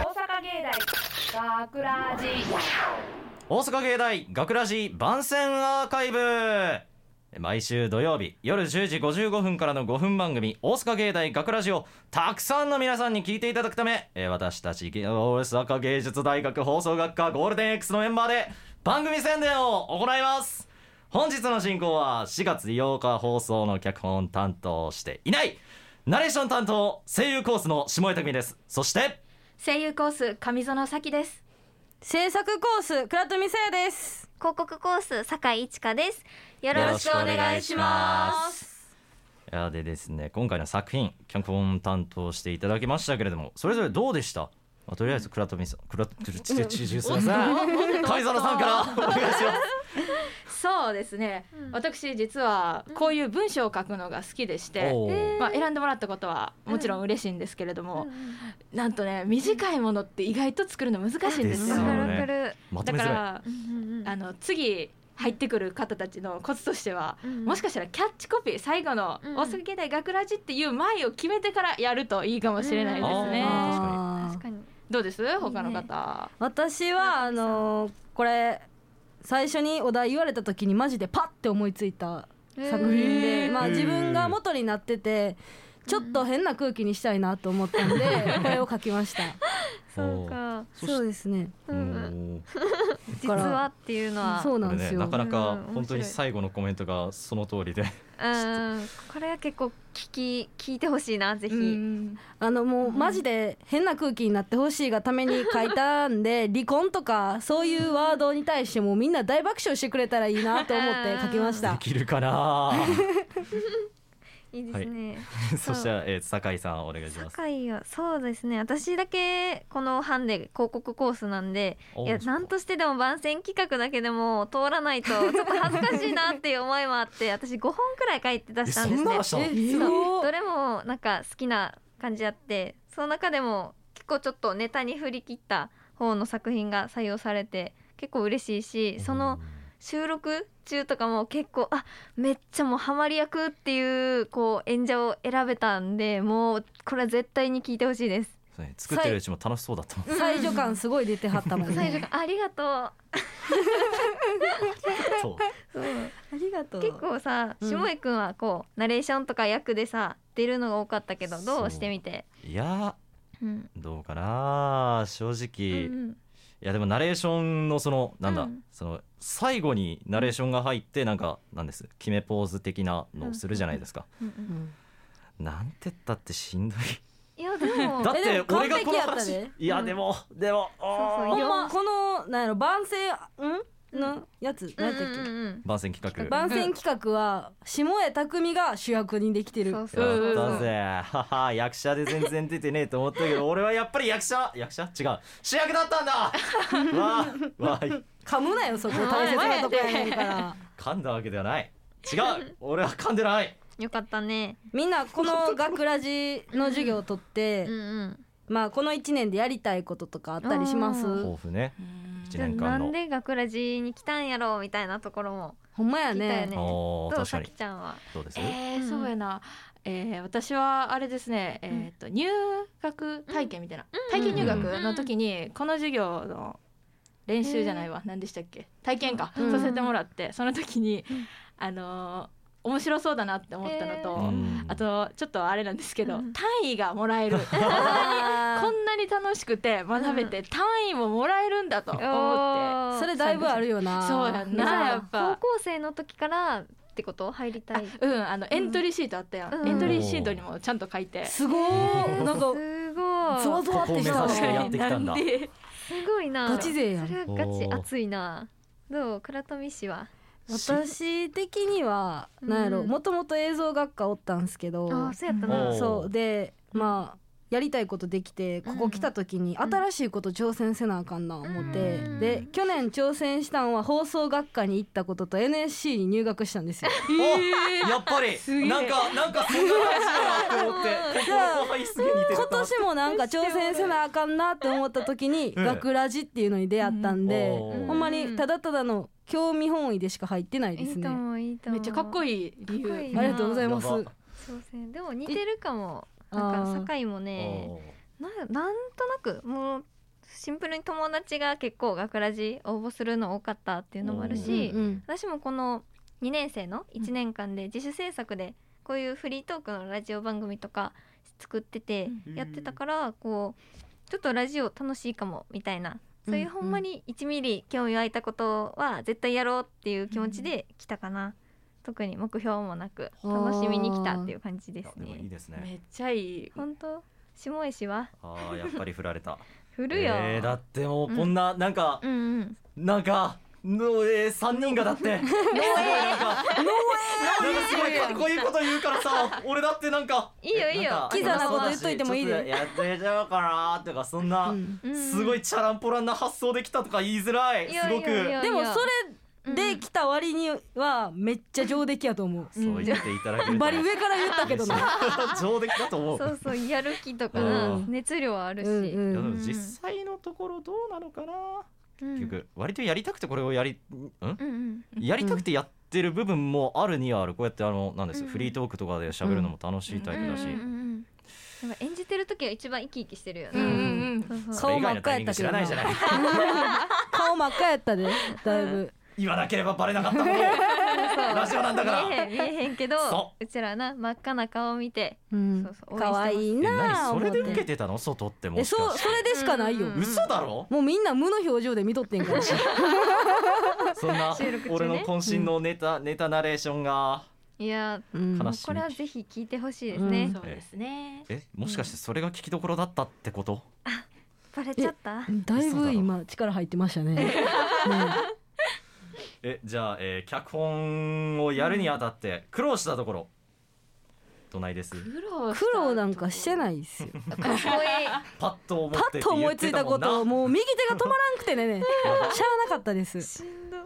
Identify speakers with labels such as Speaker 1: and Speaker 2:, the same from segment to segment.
Speaker 1: 大学ラジ
Speaker 2: 大阪芸大学ラジ番宣アーカイブ毎週土曜日夜10時55分からの5分番組「大阪芸大学ラジをたくさんの皆さんに聞いていただくため、えー私たちげ大阪芸術大学放送学科ゴールデン X のメンバーで番組宣伝を行います本日の進行は4月8日放送の脚本担当していないナレーション担当声優コースの下江匠ですそして
Speaker 1: 声優コース上園咲です
Speaker 3: 制作コース倉富沙耶です
Speaker 4: 広告コース酒井一華です
Speaker 2: よ
Speaker 4: よろ
Speaker 2: ろ
Speaker 4: し
Speaker 2: し
Speaker 4: く
Speaker 2: く
Speaker 4: お
Speaker 2: お願
Speaker 4: 願
Speaker 2: い
Speaker 4: い
Speaker 2: し
Speaker 4: し
Speaker 2: ま。
Speaker 4: ます
Speaker 2: いやでですね今回の作品脚本担当していただきましたけれどもそれぞれどうでした、まあ、とりあえず倉富さん倉富ちちちちすいません上園さんからお願いします
Speaker 3: そうですね、私実はこういう文章を書くのが好きでして、
Speaker 2: おー
Speaker 3: まあ、選んでもらったことはもちろん嬉しいんですけれども、なんとね短いものって意外と作るの難しいんです
Speaker 2: です
Speaker 3: よ
Speaker 2: よ
Speaker 4: わ
Speaker 2: ね
Speaker 4: かるわかる
Speaker 2: まと
Speaker 3: だ
Speaker 2: め
Speaker 3: か
Speaker 2: づら
Speaker 3: ら
Speaker 4: あ
Speaker 3: あの次入ってくる方たちのコツとしては、
Speaker 4: うん
Speaker 3: もしかしたらキャッチコピー最後の「
Speaker 4: うん
Speaker 3: 大阪芸大学ラジ」っていう前を決めてからやるといいかもしれない
Speaker 2: い
Speaker 3: ですね、
Speaker 2: あー
Speaker 4: 確かに
Speaker 3: どうです他の方
Speaker 5: 私はあのーこれ最初にお題言われた時にマジでパッて思いついた作品で、
Speaker 3: へー
Speaker 5: ま
Speaker 2: へ
Speaker 5: あ
Speaker 2: ー
Speaker 5: 自分が元になっててちょっと変な空気にしたいなと思ったんでこれを書きました
Speaker 4: そうか
Speaker 2: そ
Speaker 5: そうですね
Speaker 2: おー
Speaker 4: 実はっていうのは
Speaker 5: そうな
Speaker 2: こ
Speaker 5: ん
Speaker 2: れ
Speaker 5: で
Speaker 2: ね
Speaker 5: すよ
Speaker 2: なかなか
Speaker 4: うん
Speaker 2: 本当に最後のコメントがその通りで
Speaker 4: うんこれは結構聞き聞いてほしいなぜひ
Speaker 3: う
Speaker 4: うん
Speaker 3: ん
Speaker 5: あのもうマジで変な空気になってほしいがために書いたんで離婚とかそういうワードに対してもうみんな大爆笑してくれたらいいなと思って書きまし
Speaker 2: で
Speaker 5: た
Speaker 2: きるかな
Speaker 4: いいですね
Speaker 2: そして、えー、酒井さんお願いします
Speaker 4: 酒井はそうですね私だけこの班で広告コースなんで
Speaker 2: お
Speaker 4: いやなんとしてでも番宣企画だけでも通らないとちょっと恥ずかしいなっていう思いもあって私5本くらい書いて出
Speaker 2: え
Speaker 4: した
Speaker 2: そ
Speaker 4: んです
Speaker 2: んな
Speaker 4: ね
Speaker 2: のしたの
Speaker 5: すご
Speaker 4: どれもなんか好きな感じあってその中でも結構ちょっとネタに振り切った方の作品が採用されて結構嬉しいしその収録中とかも結構あめっちゃもうハマり役っていうこう演者を選べたんでもうこれは絶対に聞いてほしいです。
Speaker 2: そうね作ってるうちも楽しそうだったもん
Speaker 5: 最助感すごい出てはったもん
Speaker 4: 最初
Speaker 5: ね
Speaker 4: からありがと
Speaker 2: そう
Speaker 4: う
Speaker 5: ありがとう
Speaker 4: 結構さ
Speaker 5: うん
Speaker 4: 下井くんはこうナレーションとか役でさ出るのが多かったけどど
Speaker 2: そう
Speaker 4: うしてみて、
Speaker 2: いや
Speaker 4: うん
Speaker 2: ーどうかな正直、
Speaker 4: うん
Speaker 2: い
Speaker 4: うん
Speaker 2: やでもナレーションのそのなんだ、
Speaker 4: うん
Speaker 2: その最後にナレーションが入ってなんかなんです決めポーズ的なのをするじゃないですか、
Speaker 4: うんうん
Speaker 5: うん
Speaker 2: なんてったってしんどい
Speaker 4: いやでも
Speaker 2: だって
Speaker 5: でも
Speaker 2: 俺がこの
Speaker 5: 完
Speaker 2: 話
Speaker 5: 璧やったで
Speaker 2: いや
Speaker 4: うん
Speaker 2: でも、でも
Speaker 4: そう
Speaker 5: ほん
Speaker 2: あー
Speaker 5: まこのなんやろ番宣んのやつ
Speaker 4: うん
Speaker 5: 何
Speaker 4: う
Speaker 5: やったっ
Speaker 4: んうん
Speaker 2: 番宣企
Speaker 5: け
Speaker 2: 画
Speaker 5: 番宣企画は下江匠が主役にできてる
Speaker 4: そうそう
Speaker 2: や
Speaker 4: そう
Speaker 2: ったぜはは役者で全然出てねえと思ったけど俺はやっぱり役者役者違う主役だったんだ わあわあ
Speaker 5: 噛むなよそこ大切なとこやねんから
Speaker 2: 噛んだわけではない違う俺は噛んでない
Speaker 4: よかったね
Speaker 5: みんなこの学ラジの授業を取って
Speaker 4: うんうん
Speaker 5: まあこの1年でやりたいこととかあったりします
Speaker 4: うん
Speaker 2: 抱負ね一
Speaker 4: じゃあ
Speaker 2: 年
Speaker 4: な
Speaker 2: 間
Speaker 4: ん
Speaker 2: の
Speaker 4: で学ラジに来たんやろうみたいなところも
Speaker 5: ほんまや
Speaker 4: 聞いたよね
Speaker 5: ね
Speaker 2: おー
Speaker 4: どう
Speaker 2: 確か
Speaker 4: さ
Speaker 2: に
Speaker 4: きちゃんは
Speaker 2: どうです、
Speaker 3: えー
Speaker 4: うん
Speaker 3: そうやな、えー私はあれですね、えー、と入学体験みたいな、体験入学の時にこの授業の練習じゃないわ、何でしたっけ体験か、
Speaker 5: うん
Speaker 3: させてもらってその時に、
Speaker 4: うん
Speaker 3: あのー面白そうだなって思ったの
Speaker 4: え
Speaker 3: と
Speaker 4: ー、
Speaker 2: うん
Speaker 3: あとちょっとあれなんですけど、
Speaker 4: うん
Speaker 3: 単位がもら える
Speaker 5: あ
Speaker 3: こ
Speaker 5: ー
Speaker 3: んなに楽しくて学べて、単位ももらえるんだと思って。
Speaker 4: お ー
Speaker 5: それだいぶあるよな
Speaker 3: そうや
Speaker 4: じゃ
Speaker 3: な
Speaker 4: あ
Speaker 3: やっぱ
Speaker 4: 高校生の時からってこと入りたい
Speaker 3: うんあのエントリーシートあったやん、
Speaker 4: うん
Speaker 3: エントリーシートにもちゃんと書いて、
Speaker 5: すごーなんか
Speaker 4: すごい
Speaker 5: ゾワゾワってし
Speaker 2: ここを
Speaker 5: たわ
Speaker 2: 目指してやってきたんだ
Speaker 3: なです
Speaker 4: ごいな
Speaker 5: ガチ勢やん
Speaker 4: それはガチ
Speaker 2: おー
Speaker 4: 熱いなどう倉富氏は
Speaker 5: 私的には
Speaker 4: うん
Speaker 5: なんやろもともと映像学科おったんすけど
Speaker 4: ああそうやった
Speaker 2: お
Speaker 4: な
Speaker 2: ー
Speaker 5: そうでまあやりたいことできてここ来た時に
Speaker 4: ん
Speaker 5: 新しいこと挑戦せなあかんな思って
Speaker 4: うん
Speaker 5: で去年挑戦したんは放送学科に行ったことと NSC に入学したんです よ。
Speaker 2: おやっぱりなんかなんかそんな話だなって思ってここ後輩すげえ似てるな
Speaker 5: 今年もなんか挑戦せなあかんなって思った時に「
Speaker 2: ええ
Speaker 5: 学ラジ」っていうのに出会ったんで
Speaker 2: おー
Speaker 5: ほんまにただただの興味本位でしか入ってないで
Speaker 4: い
Speaker 5: す
Speaker 4: い
Speaker 5: ね。
Speaker 4: と思ういいと思
Speaker 3: めっ
Speaker 4: う
Speaker 3: ちゃかっこ
Speaker 4: いい
Speaker 3: いい理由
Speaker 4: かっこいい
Speaker 5: ありがとうございます。
Speaker 2: やば
Speaker 4: そうですねでも似てるかもなん
Speaker 5: あ
Speaker 4: か
Speaker 5: ー
Speaker 4: 酒井もね
Speaker 2: おー
Speaker 4: ななんとなくもうシンプルに友達が結構学ラジ応募するの多かったっていうのもあるし、
Speaker 5: うんうん
Speaker 4: 私もこの2年生の1年間で自主制作でこういうフリートークのラジオ番組とか作っててやってたからこうちょっとラジオ楽しいかもみたいなそうい
Speaker 5: うん
Speaker 4: う
Speaker 5: うん
Speaker 4: ほんまに1ミリ興味湧いたことは絶対やろうっていう気持ちで来たかな、特に目標もなく
Speaker 5: あー
Speaker 4: 楽しみに来たっていう感じです
Speaker 2: でもいい
Speaker 4: ね。
Speaker 2: ですね
Speaker 3: めっちゃいい
Speaker 4: 本当下江氏は
Speaker 2: ああやっぱり振られた
Speaker 4: 振るよ、
Speaker 2: えーだってもうこんな、なんか
Speaker 4: うんうん
Speaker 2: なんかのえー、3人がだってすごいなんかなんかすごいかっこいいこと言うからさ俺だってなんか
Speaker 4: いいよ
Speaker 2: え
Speaker 4: いいよ
Speaker 2: んか
Speaker 5: キザなこと言っといてもいいで
Speaker 2: ちょっとやってちゃおうかなとかそんな、
Speaker 5: うん
Speaker 4: うん
Speaker 2: すごいチャランポランな発想できたとか言いづらい
Speaker 4: いや
Speaker 2: すごく
Speaker 4: いやいや
Speaker 5: でもそ
Speaker 4: うんう
Speaker 5: れ
Speaker 4: ん
Speaker 5: で来た割にはめっちゃ上出来やと思う、
Speaker 2: そう言っていただけると
Speaker 5: バリ上から言ったけど な、
Speaker 2: 上出来だと思う
Speaker 4: そうそうやる気とか
Speaker 2: う
Speaker 4: なん熱量はあるし、
Speaker 5: うん
Speaker 2: いや
Speaker 5: う
Speaker 2: でも
Speaker 5: ん、
Speaker 2: 実際のところどうなのかな、
Speaker 4: うん
Speaker 2: 結局割とやりたくてこれをやりん
Speaker 4: うんうん
Speaker 2: やりたくてやってる部分もあるにはあるこうやってあのなんですよ、
Speaker 4: うん
Speaker 2: フリートークとかで喋るのも楽しいタイプだし、
Speaker 4: うんうんうんうんやっぱ演じてる時は一番生き生きしてるよ
Speaker 3: うん
Speaker 4: ね、
Speaker 3: うん
Speaker 4: そうそう
Speaker 2: それ以外のタイミング知らないじゃない
Speaker 5: 顔真っ赤やったでだいぶ
Speaker 2: 言わなければバレなかったものラジオなんだから
Speaker 4: 見えへん見えへんけど
Speaker 2: そう
Speaker 4: ちらな真っ赤な顔を見て
Speaker 5: うん
Speaker 4: そうそう応援してます
Speaker 5: 可愛い
Speaker 2: え何
Speaker 5: なあ
Speaker 2: それで
Speaker 5: 思
Speaker 2: 受
Speaker 5: っ
Speaker 2: け
Speaker 5: て
Speaker 2: てたの外っても
Speaker 5: え
Speaker 2: しか
Speaker 5: そう
Speaker 2: して
Speaker 5: それでしかないよ、
Speaker 4: うん
Speaker 2: 嘘だろ
Speaker 5: もうみんな無の表情で見とってんから
Speaker 2: そんな
Speaker 4: 収録中ね
Speaker 2: 俺の渾身のネタ、ネタナレーションが
Speaker 4: いや
Speaker 5: うん
Speaker 4: もう
Speaker 2: 悲しみ
Speaker 4: これはぜひ聞いてほしいですね、
Speaker 5: うん
Speaker 3: そうですね
Speaker 2: えもしかしてそれが聞きどころだったってこと、
Speaker 4: バレちゃった
Speaker 5: だいぶ今力入ってましたね。ね
Speaker 2: えじゃあ、えー脚本をやるにあたって苦労したところどないです
Speaker 3: 苦労
Speaker 5: 苦労なんかして
Speaker 3: い
Speaker 5: ないですよ。
Speaker 4: かっこいい
Speaker 2: パッと思って
Speaker 5: パッと思いついたこ
Speaker 2: って言
Speaker 5: と
Speaker 2: ってもんな
Speaker 5: をもう右手が止まらんくてね、しゃあなかったです。
Speaker 4: しんど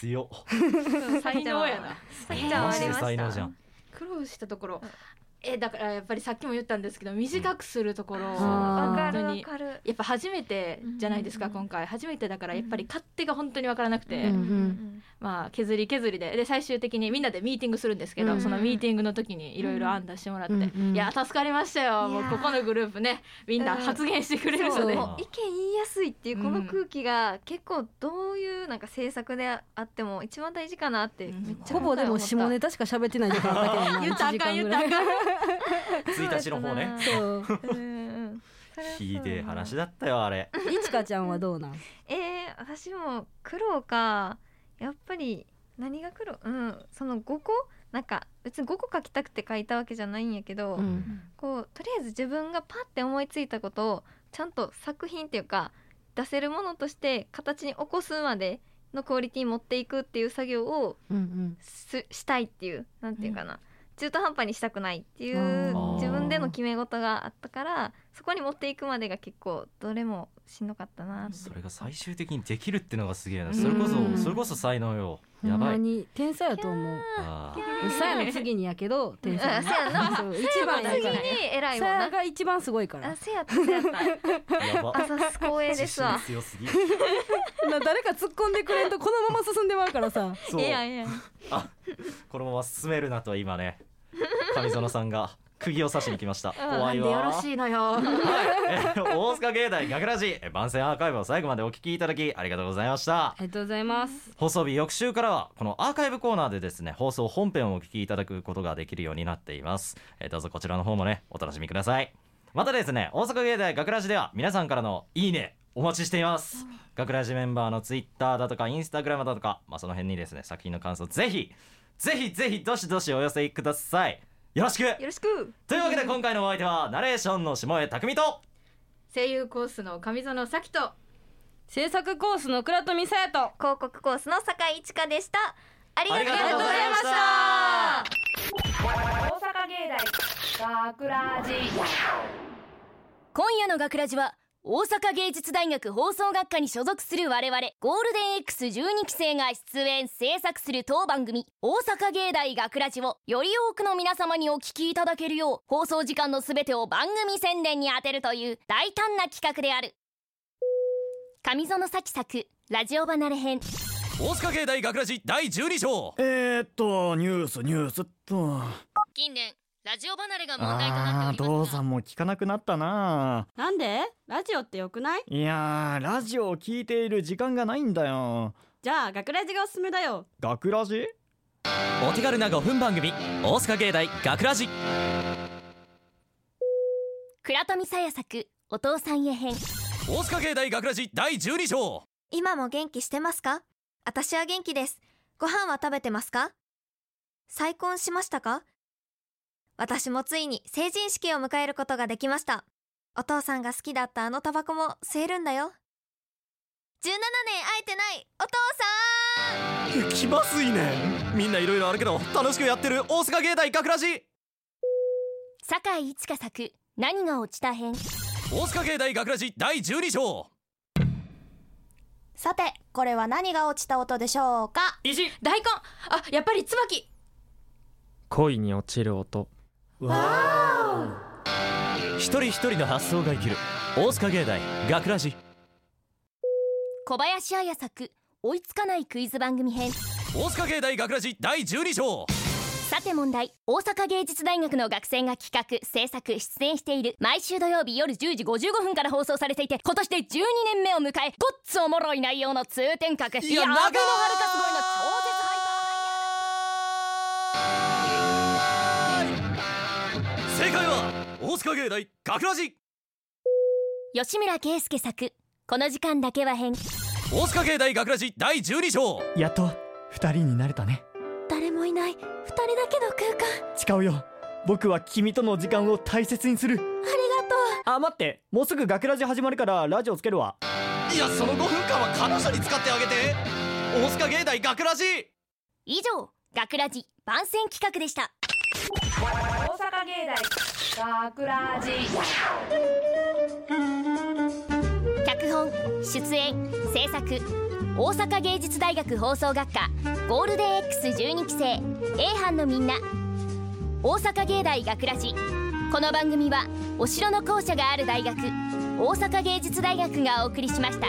Speaker 2: 強っ
Speaker 4: そう
Speaker 3: 才能やな
Speaker 4: さきちゃんはあり
Speaker 2: マジで
Speaker 4: ました
Speaker 2: 才能じゃん
Speaker 3: 苦労したところ
Speaker 4: うん
Speaker 3: えだからやっぱりさっきも言ったんですけど短くするところ
Speaker 2: あ
Speaker 5: ー
Speaker 4: わか
Speaker 3: 本当
Speaker 4: るわ
Speaker 3: に
Speaker 4: かる
Speaker 3: やっぱ初めてじゃないですか
Speaker 4: うんうんうん
Speaker 3: 今回初めてだからやっぱり勝手が本当に分からなくて、
Speaker 5: うん
Speaker 3: まあ削り削りでで最終的にみんなでミーティングするんですけど、
Speaker 5: うん
Speaker 3: そのミーティングの時にいろいろ案出してもらって、
Speaker 5: うんうん
Speaker 3: いや助かりましたよもう
Speaker 4: いや
Speaker 3: ここのグループねみんな
Speaker 4: うん
Speaker 3: 発言してくれる
Speaker 4: そ
Speaker 3: の
Speaker 4: う
Speaker 3: で、
Speaker 4: もう意見言いやすいっていうこの空気が結構どういうなんか政策であっても一番大事かなっ
Speaker 3: う
Speaker 4: て
Speaker 3: ん
Speaker 4: めっちゃ
Speaker 5: ほぼでも下ネ
Speaker 4: タ
Speaker 5: タしか喋ってない時間だけどな。
Speaker 3: 言ったらあかん言ったらあかん
Speaker 2: 1日の方ね
Speaker 5: そう。
Speaker 2: ひでえ話
Speaker 4: だ
Speaker 2: だったよあれ
Speaker 5: いちかちゃんはどうなん。
Speaker 4: えー、私も苦労かやっぱり何が苦労うんその5個なんか別に5個書きたくて書いたわけじゃないんやけど、
Speaker 5: うん
Speaker 4: こうとりあえず自分がパッて思いついたことをちゃんと作品っていうか出せるものとして形に起こすまでのクオリティに持っていくっていう作業を
Speaker 5: うん
Speaker 4: すしたいっていうなんていうかな、中途半端にしたくないってい
Speaker 5: あ
Speaker 4: う
Speaker 5: ー
Speaker 4: 自分での決め事があったからそこに持っていくまでが結構どれもしんどかったなって
Speaker 2: それが最終的にできるってのがすげえ
Speaker 4: う
Speaker 2: なんそれこそそれこそ才能よ
Speaker 5: うん。
Speaker 2: や
Speaker 5: ほん
Speaker 2: ば
Speaker 5: ま
Speaker 2: い
Speaker 5: に天才やと思う。
Speaker 2: あー
Speaker 5: さやの次にやけど天才。
Speaker 4: あ さやな
Speaker 5: そう一番や
Speaker 4: 次
Speaker 5: か
Speaker 4: に
Speaker 5: ら。
Speaker 4: 偉い
Speaker 5: さ
Speaker 4: もん
Speaker 5: や
Speaker 4: な
Speaker 5: が一番すごいから
Speaker 4: あ。せやったせや った
Speaker 2: やば
Speaker 4: あさす光栄ですわ
Speaker 2: 自信強すぎ
Speaker 5: な誰か突っ込んでくれんとこのまま進んでまうからさ。
Speaker 2: そう
Speaker 4: いやいや
Speaker 2: あこのまま進めるなと今 ね上園さんが釘を刺しに来ました
Speaker 4: うん
Speaker 2: 怖
Speaker 3: なん
Speaker 2: い
Speaker 3: で
Speaker 2: わ
Speaker 3: よろしいのよ
Speaker 2: えー大塚芸大学ラジえー番宣アーカイブを最後までお聞きいただきありがとうございました
Speaker 5: りがとうございます。
Speaker 2: 放送日翌週からはこのアーカイブコーナーでですね放送本編をお聞きいただくことができるようになっています、えーどうぞこちらの方もねお楽しみくださいまたですね大阪芸大学ラジでは皆さんからのいいねお待ちしています学ラジメンバーのツイッターだとかインスタグラムだとか、まあ、その辺にですね作品の感想ぜひぜひぜひどしどしお寄せくださいよろしく
Speaker 4: よろしく
Speaker 2: というわけで今回のお相手はナレーションの下江匠と
Speaker 3: 声優コースの上園咲と
Speaker 5: 制作コースの倉富さやと。
Speaker 4: 広告コースの坂井一華でしたありがとう
Speaker 2: あ
Speaker 4: ご
Speaker 2: りがとうご
Speaker 4: ざ
Speaker 2: ざいま
Speaker 4: いま
Speaker 2: し
Speaker 4: したた
Speaker 1: 大阪芸大学ラジ
Speaker 6: 今夜の学ラジは大阪芸術大学放送学科に所属する我々ゴールデン X12 期生が出演制作する当番組「大阪芸大学ラジをより多くの皆様にお聞きいただけるよう放送時間のすべてを番組宣伝に充てるという大胆な企画である上園咲作ラジオ離れ編
Speaker 2: 大阪芸大学ラジ第12章
Speaker 7: えー、っとニュースニュースっと
Speaker 6: 近年ラジオ離れが問題とな
Speaker 7: あ
Speaker 6: って
Speaker 7: ー
Speaker 6: おりま
Speaker 7: 道
Speaker 6: すが
Speaker 7: 山も聞かなくなったな
Speaker 8: なんでラジオってよくない
Speaker 7: いやーラジオを聞いている時間がないんだよ
Speaker 8: じゃあ学ラジがおすすめだよ
Speaker 7: 学ラジ
Speaker 2: お手軽な5分番組大阪芸大学ラジ
Speaker 6: 倉富沙耶作お父さんへ編
Speaker 2: 大阪芸大学ラジ第12章
Speaker 9: 今も元気してますか私は元気です。ご飯は食べてますか再婚しましたか私もついに成人式を迎えることができました。お父さんが好きだったあのタバコも吸えるんだよ。17年会えてないお父さん
Speaker 2: 気まずいねみんないろいろあるけど楽しくやってる大阪芸大学ラジ
Speaker 6: 酒井一華作何が落ちた編
Speaker 2: 大阪芸大学ラジ第12章
Speaker 9: さて、これは何が落ちた音でしょうか
Speaker 2: 石
Speaker 3: 大根あやっぱり椿
Speaker 7: 恋に落ちる音
Speaker 2: 一人一人の発想が生きる大阪芸大学ラジ
Speaker 6: 小林彩作追いつかないクイズ番組編
Speaker 2: 大阪芸大学ラジ第12章
Speaker 6: さて問題大阪芸術大学の学生が企画制作出演している毎週土曜日夜10時55分から放送されていて今年で12年目を迎えごっつおもろい内容の通天閣いやあべのハルカすごいの超絶ハイパー
Speaker 2: 正解は大阪芸大学ラジ
Speaker 6: 吉村圭介作この時間だけは変
Speaker 2: 大阪芸大学ラジ第12章
Speaker 7: やっと二人になれたね
Speaker 9: 誰もいない、二人だけの空間。
Speaker 7: 誓うよ僕は君との時間を大切にするあ待ってもうすぐ学ラジ始まるからラジオつけるわ
Speaker 2: いやその5分間は彼女に使ってあげて大阪芸大学ラジ
Speaker 6: 以上学ラジ番宣企画でした
Speaker 1: 大阪芸大学ラジ
Speaker 6: 脚本出演制作大阪芸術大学放送学科ゴールデン X12 期生 A 班のみんな大阪芸大学ラジこの番組はお城の校舎がある大学大阪芸術大学がお送りしました